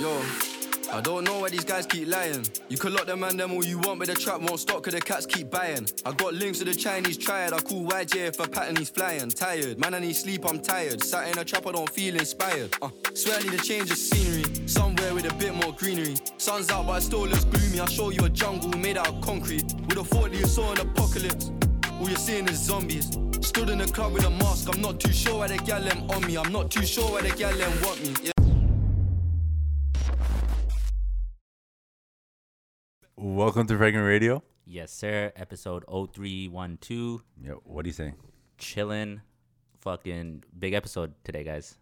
Yo, I don't know why these guys keep lying. You can lock them and them all you want, but the trap won't stop cause the cats keep buying. I got links to the Chinese triad, I call YJ if I pattern he's flying. Tired, man, I need sleep, I'm tired. Sat in a trap, I don't feel inspired. Uh, swear I need a change of scenery, somewhere with a bit more greenery. Sun's out, but it still looks gloomy. I show you a jungle made out of concrete. With a thought that you saw an apocalypse, all you're seeing is zombies. Stood in the club with a mask, I'm not too sure why the gal them on me. I'm not too sure why the gal them want me. Yeah. Welcome to Fragrant Radio. Yes, sir. Episode 0312. Yeah, what do you think? Chillin'. Fucking big episode today, guys.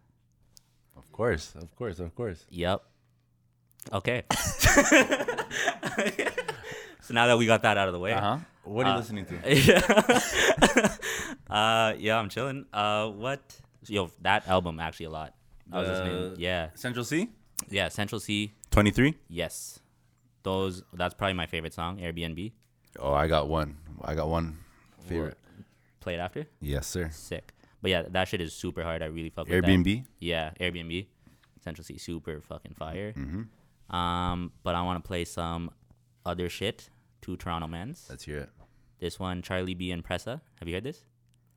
Of course, of course, of course. Yep. Okay. so now that we got that out of the way. Uh-huh. What are you Uh, listening to? Yeah. uh, yeah, I'm chilling. Uh, what? Yo, that album actually a lot. I was listening. The- Yeah. Central C? Yeah, Central C. 23? Yes. Those, that's probably my favorite song, Airbnb. Oh, I got one. I got one favorite. Play it after. Yes, sir. Sick. But yeah, that shit is super hard. I really fuck with that. Airbnb? Yeah, Airbnb, Central C, super fucking fire. Mm-hmm. Um, but I want to play some other shit to Toronto Men's. Let's hear it. This one, Charlie B and Pressa. Have you heard this?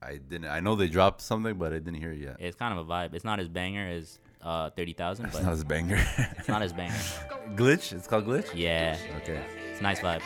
I didn't. I know they dropped something, but I didn't hear it yet. It's kind of a vibe. It's not as banger as uh, Thirty Thousand, It's not but his banger. it's not as banger. glitch? It's called Glitch? Yeah, Okay. it's a nice vibe.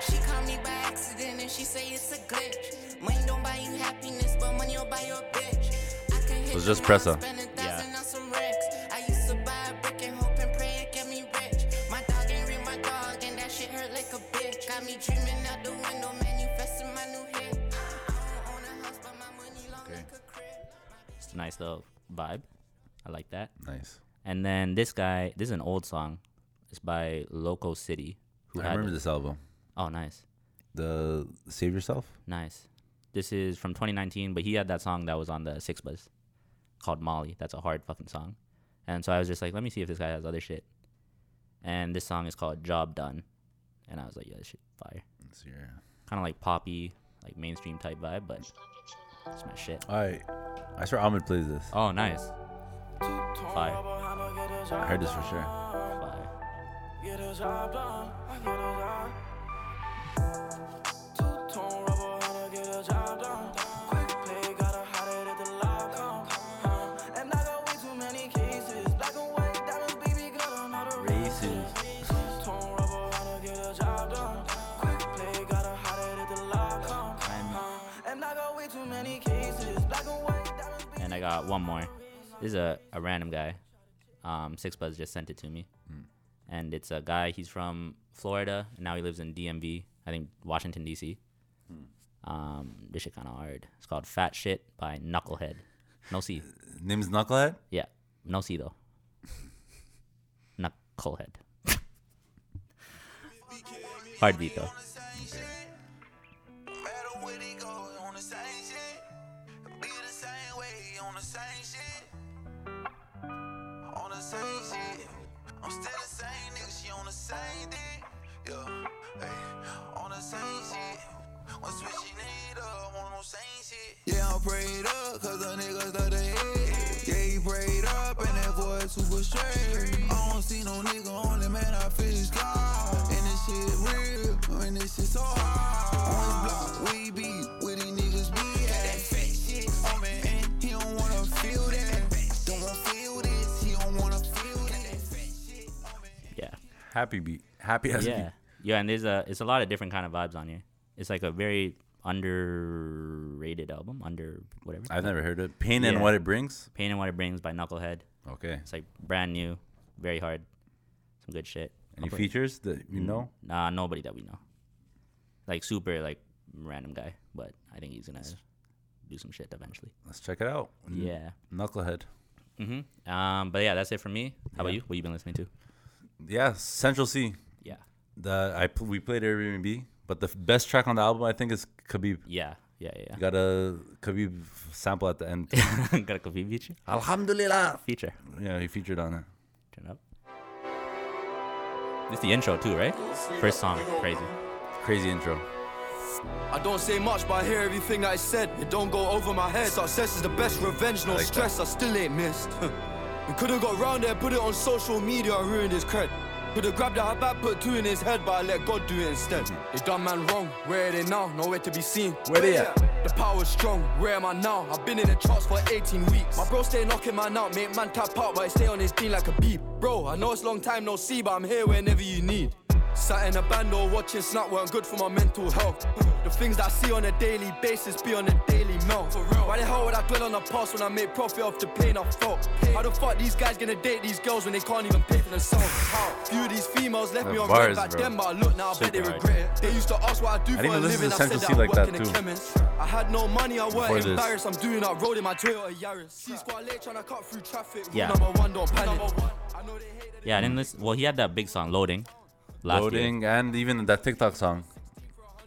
She called me by accident and she say it's a glitch. Money don't buy you happiness, but money will buy you a bitch. I can hit was just the mall, Pressa. spend a Yeah. thousand on some racks. I used to buy a brick and hope and pray it get me rich. My dog ain't read my dog and that shit hurt like a bitch. Got me dreaming out the window, manifesting my new hit. I don't own a house, but my money long Okay. like a crib. It's a nice little vibe. I like that. Nice. And then this guy, this is an old song. It's by Loco City. Who I had remember it. this album. Oh, nice. The Save Yourself? Nice. This is from 2019, but he had that song that was on the Six Buzz called Molly. That's a hard fucking song. And so I was just like, let me see if this guy has other shit. And this song is called Job Done. And I was like, yeah, this shit fire. Let's hear it. Kind of like poppy, like mainstream type vibe, but it's my shit. All right. I swear Ahmed plays this. Oh, nice. Fire. I heard this for sure. Fire. And I got one more. This is a, a random guy. Um, Six Buzz just sent it to me. And it's a guy, he's from Florida, and now he lives in DMV, I think Washington, D.C. Um, this shit kind of hard. It's called Fat Shit by Knucklehead. No C. Name's Knucklehead? Yeah. No C, though. Knucklehead. hard beat, though. Matter where they go, on the same shit. Be the same way, on the same shit. On the same shit. I'm still the same nigga, she on the same dick. Yeah, ayy, on the same shit. When switching it up, on no same shit. Yeah, I'm prayed up, cause the niggas love the head. Yeah, he prayed up, and that boy super straight. I don't see no nigga on it, man, I feel his God. And this shit real, and this shit so hard. One block, we be, where these niggas be at. That fake shit, oh man, and he don't wanna feel that. Don't wanna feel this, he don't wanna feel that. Yeah. Happy beat. Happy as yeah beat. yeah and there's a it's a lot of different kind of vibes on here it's like a very underrated album under whatever I've never heard of it. Pain and Yeah. What It Brings? pain and what it brings by knucklehead Okay. it's like brand new very hard some good shit Any I'll put- features that you Mm. know? nah nobody that we know like super like random guy but i think he's gonna do some shit eventually Let's check it out. N- yeah Knucklehead. mm-hmm. um but yeah that's it for me how about Yeah. you what you been listening to Yeah, Central C. yeah The I pl- we played Airbnb, but the f- best track on the album I think is Khabib. yeah yeah yeah, You got a Khabib sample at the end. yeah. got a coffee feature Alhamdulillah. feature Yeah, he featured on it. Turn up. This is the intro too, right? First song, crazy. Crazy intro. I don't say much, but I hear everything that is said. It don't go over my head. Success is the best revenge, no like that. stress. I still ain't missed. we could've got round there, put it on social media, and ruined his cred. Could've grabbed that back, put two in his head, but I let God do it instead. It's done man wrong. Where are they now? Nowhere to be seen. Mm-hmm. Where they at? The power's strong. Where am I now? I've been in the charts for 18 weeks. My bro stay knocking man out, make man tap out, but I stay on his team like a beep. Bro, I know it's long time no see, but I'm here whenever you need. Sat in a band or watching snap weren't good for my mental health. The things that I see on a daily basis be on a daily melt. Why the hell would I dwell on the past when I make profit off the pain I felt? How the fuck these guys gonna date these girls when they can't even pay for themselves? How? Few of these females left The me on bars, red back bro. then, but I look now, I bet they Super regret it. They used to ask what I do I for a didn't even listen living, I to said Central that C I like work that, in a too. chemist. I had no money, I Before weren't this. embarrassed, I'm doing that road in my Toyota Yaris. See squad late trying to cut through traffic, Rule Yeah. number one, don't panic. I know they hate that Yeah, I didn't listen. Well, he had that big song, Loading. Last Loading and even that TikTok song.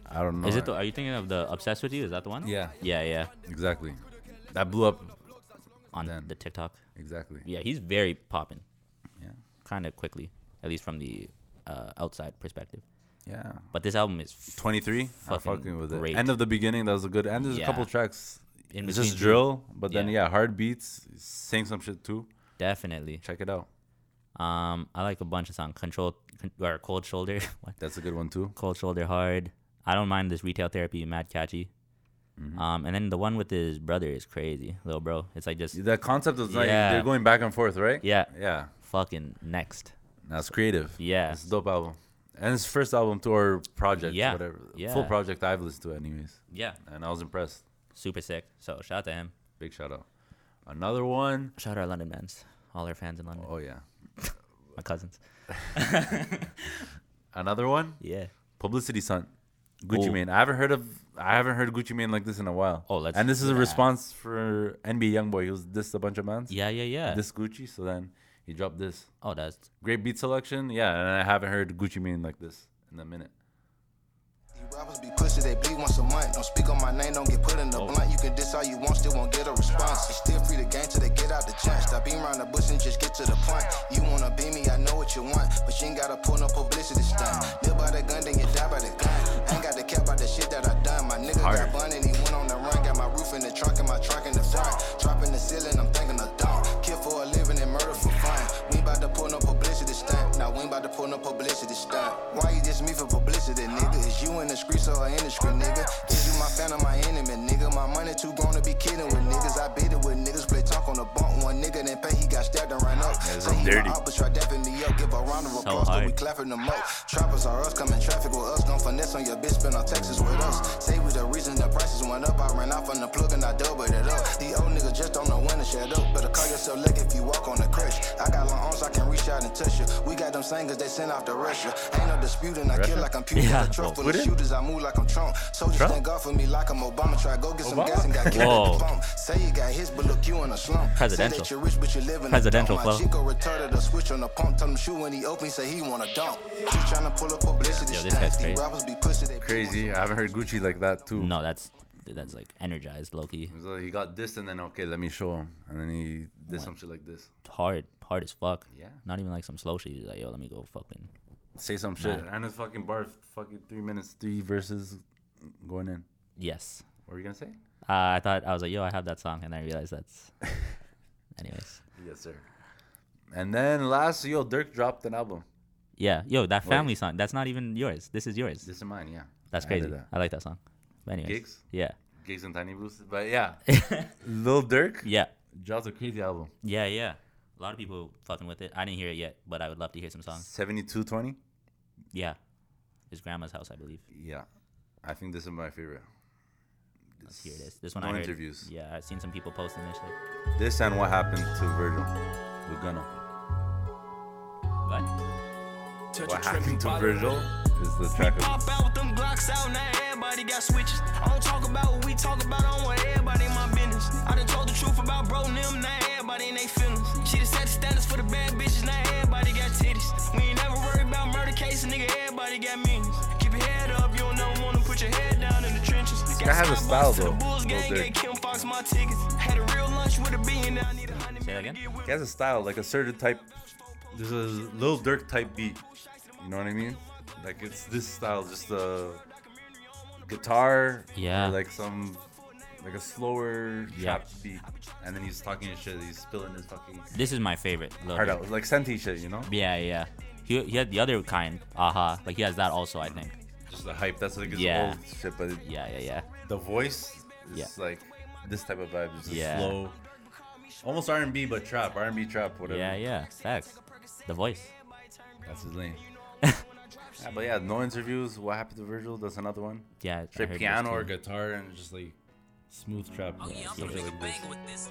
I don't know. Year. Is it the, are you thinking of the Obsessed With You? Is that the one? Yeah. Yeah, yeah. exactly? That blew up On Then. the TikTok. exactly. Yeah, he's very popping. Yeah. Kind of quickly, at least from the uh, outside perspective. Yeah. But this album is f- 23. I'm Fucking fucking with great. it. End of the beginning. That was a good. And there's Yeah. a couple tracks. In it's just between, too. drill, but then Yeah. yeah, hard beats. Sing some shit too. definitely. Check it out. Um, I like a bunch of songs. Control con- or Cold Shoulder. what? That's a good one too. Cold Shoulder Hard. I don't mind this Retail Therapy. Mad catchy. Mm-hmm. Um, and then the one with his brother is crazy, little bro. It's like just The concept was like Yeah. they're going back and forth, right? Yeah. Yeah. fucking next. That's creative. Yeah. It's a dope album. And his first album to or project, Yeah. whatever. Yeah. Full project I've listened to anyways. Yeah, And I was impressed. super sick. So shout out to him. Big shout out. Another one. Shout out our London fans, all our fans in London, Oh yeah. my cousins. Another one. Yeah. Publicity Son. Gucci Ooh. Mane. I haven't heard of I haven't heard Gucci Mane like this in a while. Oh, let's- And this is a yeah. response for NBA YoungBoy. He was dissed a bunch of mans. Yeah, yeah, yeah. This Gucci, so then he dropped this. oh, that's Great beat selection. Yeah, and I haven't heard Gucci Mane like this in a minute. You rappers be pussy, they bleed once a month. Don't speak on my name, don't get put in the blunt. You can diss all you want, still won't get a response. It's still free to game till they get out the junk. Stop being around the bush and just get to the point. You wanna be me, I know what you want. But you ain't gotta pull no publicity stunt. Live by the gun, then you die by the gun. I ain't got to care about the shit that I done. My nigga Hard. got bun and he went on the run. Got my roof in the trunk and my truck in the front. Dropping the ceiling, I'm thinking of dawn. Kill for a living and murder for fun. We ain't about to pull no publicity stunt. Now we ain't about to pull no publicity stunt. Why you diss me for publicity, nigga? Is you in the streets or in the street, nigga? Is you my fan or my enemy, nigga? My money too grown to be kidding with niggas. I beat it with niggas. Play talk on the bunk. One nigga didn't pay, he got stabbed and ran up. Say he dirty. my op, but try dapping me up. Give a round of applause, but we hard. clapping them up. Trappers are us, coming traffic with us. Don't finesse on your bitch, spend on Texas with us. Say we the reason the prices went up. I ran off on the plug and I doubled it up. The old niggas just don't know when to shut up. Better call yourself lucky if you walk on the crush. I got long arms, I can reach out and touch you. We got them singers, they sent off to Russia. Ain't no disputing, I kill like I'm Putin. Yeah. Yeah. A truck full of Putin? shooters, I move like I'm Trump. Soldiers Trump? thank God for me like I'm Obama. Try go get some Obama? gas and got Whoa. killed at the pump. Say you got hits, but look, you in a slump. Say Presidential. that you're rich, but you live in a Presidential dump. My flow. chick Go retarded or switch on the pump. Tell him shoot when he open, he say he wanna dump. She tryna pull up publicity Yo, this guy's stunts. These crazy. rappers be pussy, they Crazy. I haven't heard Gucci like that too. no, that's that's like energized, Loki. So he got this and then okay, let me show him. And then he did some shit like this. Hard, hard as fuck. Yeah. Not even like some slow shit. He's like, yo, let me go fucking. Say some shit. And his fucking bar fucking three minutes, three verses going in. Yes. What were you gonna say? Uh, I thought I was like, yo, I have that song, and I realized that's. Anyways, Yes, sir. And then last yo, Dirk dropped an album. yeah, yo, that family song. That's not even yours. This is yours. This is mine, yeah. that's I did crazy. that. I like that song. But anyways, Gigs? yeah, Gigs and Tiny Boost. But yeah. Lil Dirk yeah, dropped a crazy album. yeah, yeah. A lot of people fucking with it. I didn't hear it yet, but I would love to hear some songs. Seventy two twenty? Yeah, his grandma's house, I believe. Yeah. I think this is my favorite. Let's hear this. This one I No heard. interviews. Yeah, I've seen some people posting this shit. This and what happened to Virgil. We're gonna. But What happened to Virgil is the track of Pop out with them Glocks out, now everybody got switches. I don't talk about what we talk about, I don't want everybody in my business. I done told the truth about bro and them, now everybody in they feelings. She done set the standards for the bad bitches, now everybody got titties. We ain't never worried about murder cases, nigga, everybody got meanings. Keep your head up, you don't never wanna put your head down in the trenches. This guy has a style, though, Bulls Lil gang, Durk. gave Kim Fox my tickets. Had a real lunch with a bean, now I need a hundred say that million. again. He has a style, like a certain type. There's a little Dirk type beat. You know what I mean? Like it's this style, just uh, guitar. Yeah. Or like some, like a slower Yeah. trap beat, and then he's talking his shit. He's spilling his fucking This is my favorite. Lil heart Durk. out, like Senti shit, you know? Yeah, yeah. He, he had the other kind, aha. Like he has that also, I think. Just the hype. That's like his Yeah. old shit, but it- Yeah, yeah, yeah. the voice is Yeah. like this type of vibe. It's just Yeah. slow, almost R and B, but trap, R and B trap, whatever. Yeah, yeah. Facts. The voice. That's his lane. Yeah, but yeah, no interviews. What happened to Virgil? That's another one. Yeah. I Straight heard this piano or too. guitar and just like smooth trap. Oh, Yeah, stuff like this.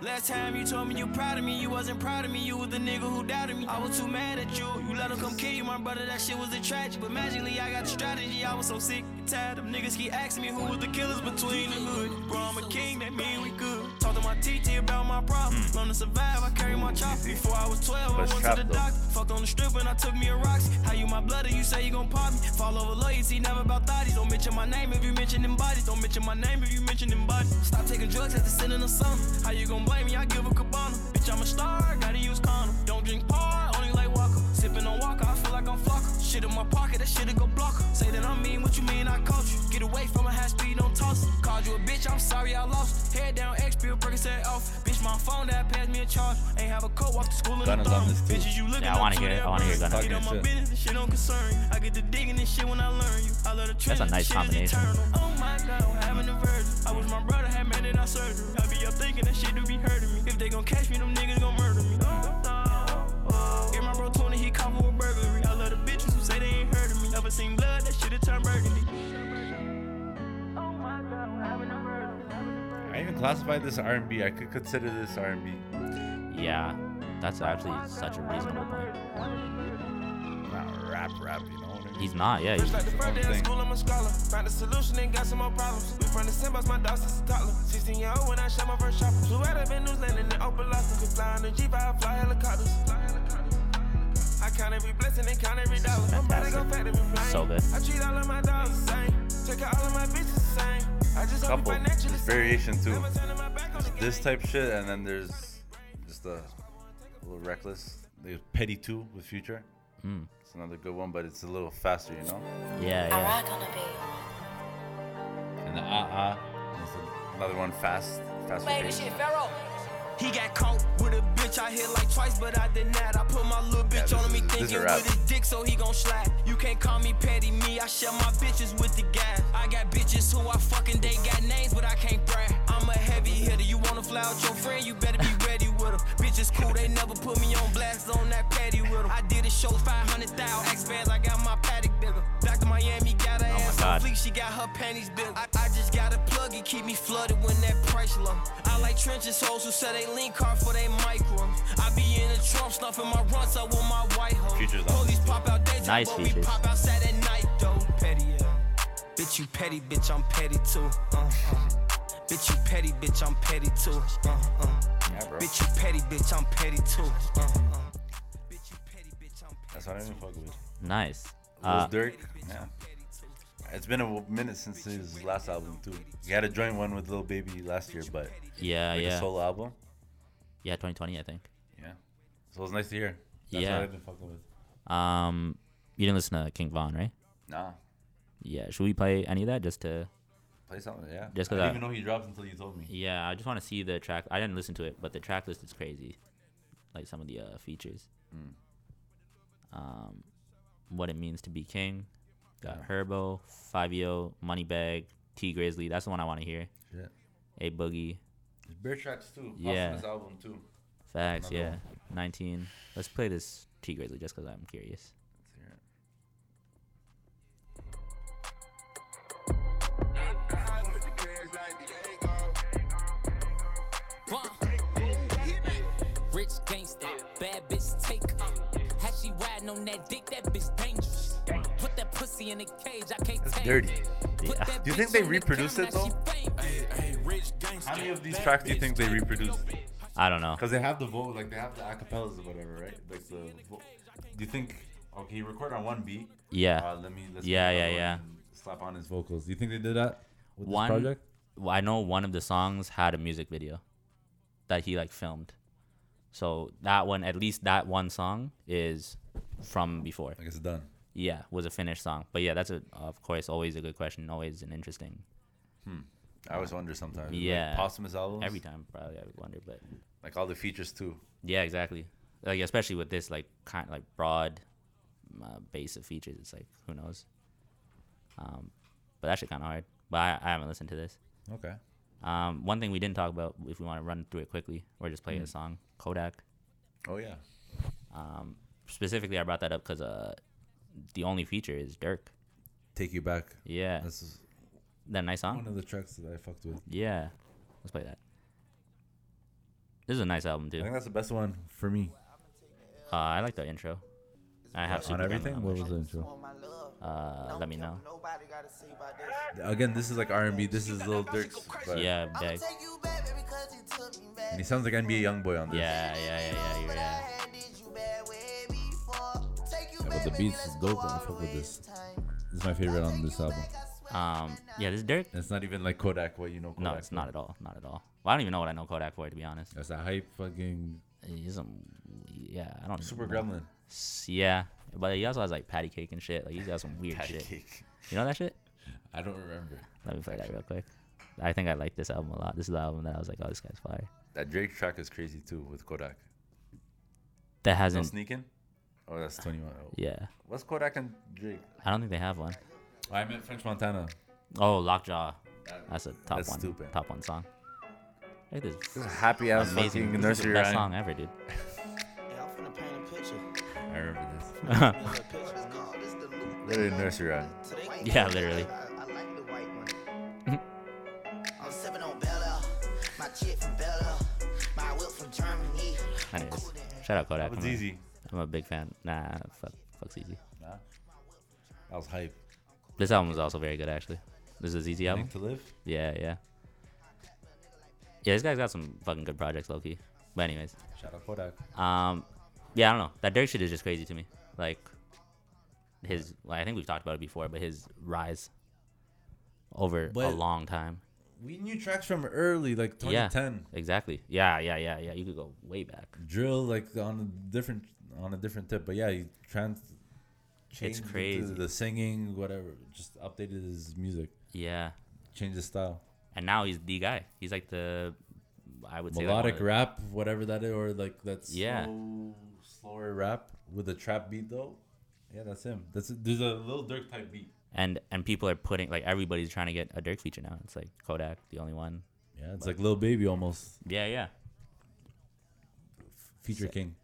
Last time you told me you proud of me, you wasn't proud of me. You was the nigga who doubted me. I was too mad at you. You let him come kill you, my brother. That shit was a tragedy. But magically, I got the strategy. I was so sick and tired. Them niggas keep asking me who was the killers between the hood. Bro, I'm a king, that mean we good. Talk to my TT about my problems. Learn to survive, I carry my chop. Before I was 12, I Let's went trap, to the though. doctor. Fucked on the strip and I took me a rocks. How you my blood and you say you gon' pop me? Fall over loyalty, never about thotties. Don't mention my name if you mention them bodies. Don't mention my name if you mention them bodies. Stop taking drugs after sending them something. How you gon' blame me? I give a cabana. Bitch, I'm a star, gotta use condom. Don't drink par, only like Walker. Sipping on Walker, I feel like I'm flocker. Shit in my pocket, that shit'll go blocker. Say that I'm mean, what you mean I caught you? Get away from a high speed, don't toss it. Called you a bitch, I'm sorry I lost. it. Head down, X, Bill, Percocet off. Bitch, my phone that passed me a charge. Ain't have a coat, walk to school in a Gunna's on thong. this too. Bitches, you looking Yeah, I wanna up hear it. their I wanna hear breasts. Gunna. Get on my Shit. business, this shit don't concern you. I get to digging this shit when I learn you. I love a the nice trenches, this shit is combination. eternal. Oh my god, I'm having a virgin. I wish my brother had made it out surgery. I be up thinking that shit do be hurting me. If they gon' catch me, them niggas gon' murder me. Oh, oh, oh. Get my bro 20, he caught for a burglary. I love the bitches who say they ain't heard of me. Never seen blood, that shit'll turn burgundy. Oh my god, I'm having a virgin. I even classified this R and B. I could consider this R and B. Yeah. That's actually such a reasonable point. Not rap, rap. You know what I mean? He's not, yeah. It's He's, like the first day of thing. school, I'm a scholar. Found a solution and got some more problems. We from the Simbas, my dog since a toddler. 16 year old when I shot my first shot. Flew out of New Zealand in Opalaka. Could fly on the G5, fly helicopters. I count every blessing and count every dollar. I'm about to go fat every plane. So good. I treat all of my dogs the same. Take out all of my bitches the same. I just hope Couple. we financially There's variation too. Never turning my back on the This game. type shit, and then there's just a little reckless. There's Petty Two with Future. Hmm. It's another good one, but it's a little faster, you know. yeah, yeah. And the ah ah. is Another one fast, faster. paced. He got caught with a bitch I hit like twice, but I denied. I put my little bitch this on him, he is- this is thinking a rap. with his dick, so he gon' slide. You can't call me petty, me, I share my bitches with the guys. I got bitches who I fucking, they got names, but I can't brag. I'm a heavy hitter, you wanna fly out your friend, you better be ready with her. Bitches cool, they never put me on blast on that patty with her. I did a show, 500,000 X bands, I got my paddock bigger. Dr. Miami got her ass on Oh God. fleek, she got her panties bigger. I, I just got a plug, it keep me flooded when that price low. I like trenches hoes who sell they link card for they micro. I be in the trunk stuffing my runs up with my white hoe. Features on Police pop out days, Nice but we features. pop outside at night though. Petty, yeah. Bitch, you petty, bitch, I'm petty too. Uh, uh. Bitch, you petty, bitch, I'm petty too. Uh, uh. Yeah, bro. Bitch, you petty, bitch, I'm petty too. Uh, uh. Bitch, you petty, bitch, I'm petty. That's what I even fuck with. Nice. Lil Uh, Durk, yeah. It's been a w- minute since his last album too. He had a joint one with Lil Baby last year, but yeah, like a yeah. solo album, Yeah, 2020, I think. yeah. So it was nice to hear. That's Yeah. what I've been fucking with. Um, you didn't listen to King Von, right? Nah, Yeah. Should we play any of that just to? play something, yeah. I Just 'cause didn't I- even know he dropped until you told me. Yeah, I just want to see the track. I didn't listen to it, but the track list is crazy. Like some of the uh, features. Um, what it means to be king. Got Herbo, Fabio, Moneybag, T Grizzly. That's the one I want to hear. Shit. A Boogie. There's Bear tracks too. off Yeah. of This album too. Facts. Another yeah. 19. Let's play this T Grizzly just because I'm curious. Let's hear it. Rich gangster, bad bitch take How she riding on that dick, that bitch dangerous. Put that pussy in a cage, I can't It's tame dirty. Put Yeah. that Do you think bitch they on the reproduced counter, it, now she famous. How many of these tracks do you think they reproduced? I don't know. Cause they have the vocal, like they have the acapellas or whatever, right? Like the. Vo- do you think? Okay, he record on one beat. Yeah. Uh, let me. Let's Yeah, make another yeah, one and Slap on his vocals. Do you think they did that with One- this project? Well, I know one of the songs had a music video that he like filmed. So that one, at least that one song, is from before. I guess it's done. Yeah, was a finished song. But yeah, that's a, of course always a good question, always an interesting. I always wonder sometimes. like, Yeah. posthumous albums. Every time, probably I would wonder, but Like all the features too. yeah, exactly. Like especially with this like kind like broad uh, base of features, it's like who knows. Um, but that shit kind of hard. But I, I haven't listened to this. Okay. Um, one thing we didn't talk about, if we want to run through it quickly, or just play Mm. a song, Kodak. Oh yeah. Specifically, I brought that up because uh, the only feature is Dirk. Take you back. Yeah, This is that nice song. one of the tracks that I fucked with. Yeah, let's play that. This is a nice album too. I think that's the best one for me. Uh, I like the intro. I have on Supergram everything. that What was much. the intro? Uh, let me know. Nobody gotta see about this. Again, this is like R&B. This is Lil Durk's. vibe. Yeah, I'ma big. take you back, baby, 'cause you took me back. And he sounds like NBA YoungBoy on this. Yeah, yeah, yeah, yeah, yeah, yeah. Yeah, but the beats is dope. I fuck with this. This is my favorite on this album. Um, yeah, this is Dirk. And it's not even like Kodak. What you know? Kodak No, it's not at all. Not at all. Well, I don't even know what I know Kodak for, to be honest. That's a hype fucking He's some, yeah, I don't. super know. gremlin. Yeah, but he also has like patty cake and shit. Like he's got some weird shit. Cake. You know that shit? I don't remember. Let me play that real quick. I think I like this album a lot. This is the album that I was like, oh, this guy's fire. That Drake track is crazy too with Kodak. That No hasn't. sneaking. Oh, that's 21. Oh. Ah. Yeah, What's Kodak and Drake? I don't think they have one. I meant French Montana. Oh, Lockjaw. That's a top That's one. stupid. Top one song. Look at This this. is happy ass Amazing. fucking This is the nursery best rhyme. song ever, dude. I remember this. Literally nursery rhyme. Yeah, literally. I'm sipping on Bella, my chip from Bella, my whip from Germany. Anyways, shout out Kodak. That was I'm a- easy. I'm a big fan. Nah, fuck, fuck ZZ. Nah. That was hype. This album was also very good, actually. This is a ZZ album. Think to live. Yeah, yeah. Yeah, this guy's got some fucking good projects, Loki. But anyways, Shout out Kodak. um, yeah, I don't know. That Dirk shit is just crazy to me. Like his, like, I think we've talked about it before, but his rise over a But- long time. We knew tracks from early, like Yeah, 2010. exactly. Yeah, yeah, yeah, yeah. You could go way back. Drill, like on a different on a different tip. But yeah, he trans. changed the- crazy. The singing, whatever, just updated his music, Yeah, changed his style. and now he's the guy. He's like the, I would say like one melodic of the- rap, whatever that is, or like that Yeah. slow, slower rap with a trap beat though. Yeah, that's him. That's there's a little Dirk type beat. and and people are putting like everybody's trying to get a Dirk feature now. It's like Kodak, the only one. Yeah, it's like Lil Baby almost Yeah, yeah, feature king.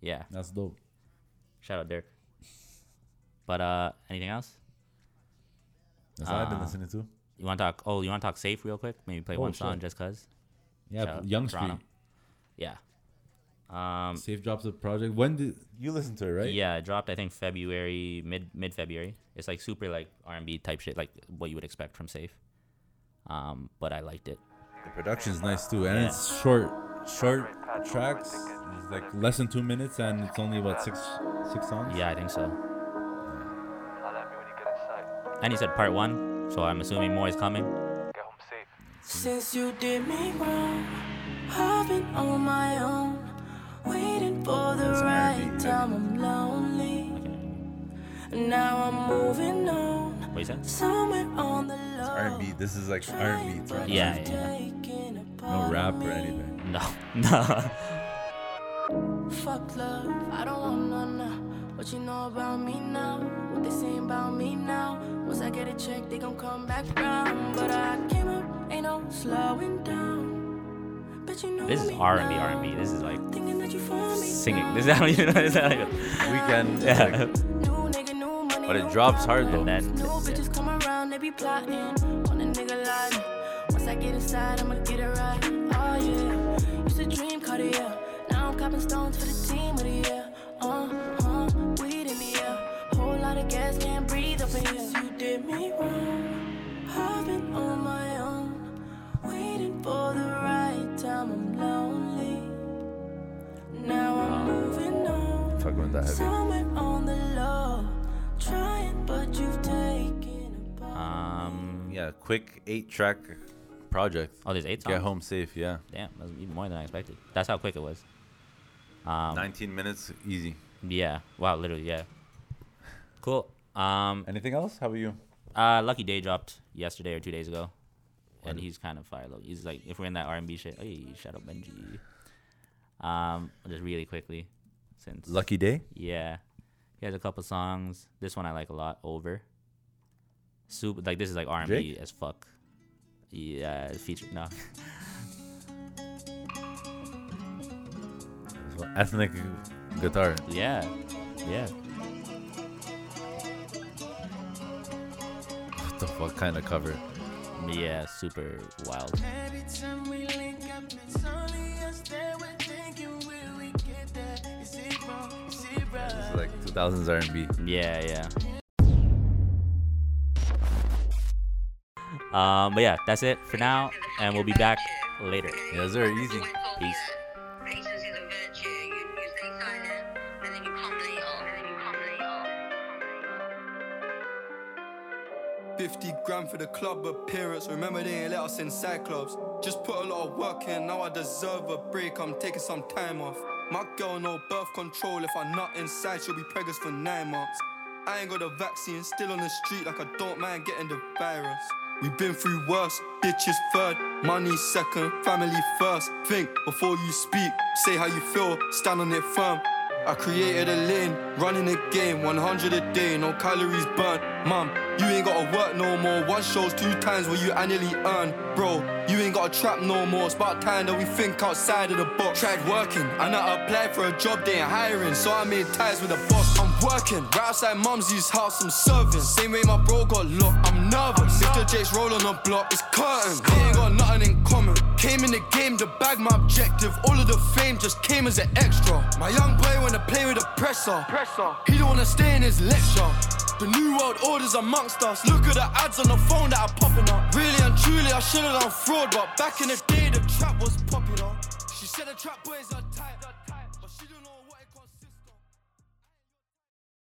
yeah. That's dope. Shout out Dirk. But uh, anything else? That's what I've been Uh, listening to. You want to talk? Oh, you want to talk safe real quick? Maybe play Oh, one song shit. just cause. shout Yeah, out Young Toronto. Street. Yeah. Um. Safe drops a project. When did you listen to it? Right. Yeah, it dropped I think February mid mid February. It's like super like R and B type shit, like what you would expect from Safe. Um, but I liked it. The production's nice too, and it's short, short tracks. It's like less than two minutes, and it's only about six, six songs. Yeah, I think so. And he said part one, so I'm assuming more is coming. Since you did me wrong, I've been on my own, waiting for the That's an R&B, right right? time. I'm lonely. Now I'm moving on, What you said? somewhere on the low. R&B. This is like R&B. Toronto. Yeah, I've yeah. taken a No part rap of or me. anything. No, no. Fuck love, I don't want none. uh. What you know about me now? What they saying about me now? Once I get a check, they gon' come back round. But I came up, ain't no slowing down. But you know This is me R and B, now. R and B. This is like Thinking that you for me singing. This is I don't even know. This is not even. Weekend. Yeah. Like, New nigga, new money, But it new drops hard, problems. though. And that- New bitches come around, they be plotting on a nigga line. Once I get inside, I'ma get it right. Oh yeah, used to dream Cartier. Now I'm copping stones for the team of the year. Uh huh, weed in the air, whole lot of gas, can't breathe up in here. Since you did me wrong, I've been on my own, waiting for the right time. I'm lonely. Now I'm moving on. fuck with that heavy. Somewhere on the low, trying, but you've taken a part. Um. Yeah, quick eight track project. Oh, there's eight songs. Get home safe. Yeah. Damn, that's even more than I expected. That's how quick it was. Um, 19 minutes, easy. Yeah. Wow. Literally. Yeah. Cool. Um, Anything else? How about you? uh, Lucky Day dropped yesterday or two days ago, and he's kind of fire. Look, he's like, if we're in that R and B shit, hey, shout out Benji. Um, just really quickly, since Lucky Day? yeah, he has a couple songs. This one I like a lot. Over. Super. Like this is like R and B Drake? as fuck. Yeah, feature no. Ethnic guitar. Yeah, yeah. What the fuck kind of cover? Yeah, super wild. Every time we link up, it's only us that we're thinking, will we get that? Is it wrong? Is it right? It's like 2000s R&B. Yeah, yeah. Um, but yeah, that's it for now, and we'll be back later. Yeah, those are easy. Peace. Patience is a virtue. You, you stay silent, and then you come later, and then you come later. 50 grand for the club appearance. Remember, they ain't let us in Cyclops. Just put a lot of work in, now I deserve a break. I'm taking some time off. My girl, no birth control. If I'm not inside, she'll be preggers for nine months. I ain't got the vaccine, still on the street like I don't mind getting the virus. We've been through worse, bitches third, money second, family first. Think before you speak, say how you feel, stand on it firm. I created a lane, running a game, 100 a day, no calories burnt. Mum, you ain't gotta work no more. One shows two times what you annually earn. Bro, you ain't gotta trap no more. It's about time that we think outside of the box. Tried working, and I applied for a job, they ain't hiring. So I made ties with the boss. I'm working, right outside mumsy's house, I'm serving. Same way my bro got locked, I'm nervous. If the J's roll on the block, it's curtain. They ain't got nothing in common. Came in the game to bag my objective. All of the fame just came as an extra. My young boy wanna play with a presser. Presser. He don't wanna stay in his lecture. The new world orders amongst us. Look at the ads on the phone that are popping up. Really and truly, I should've done fraud, but back in the day, the trap was popular. She said the trap boys are tight, but she don't know.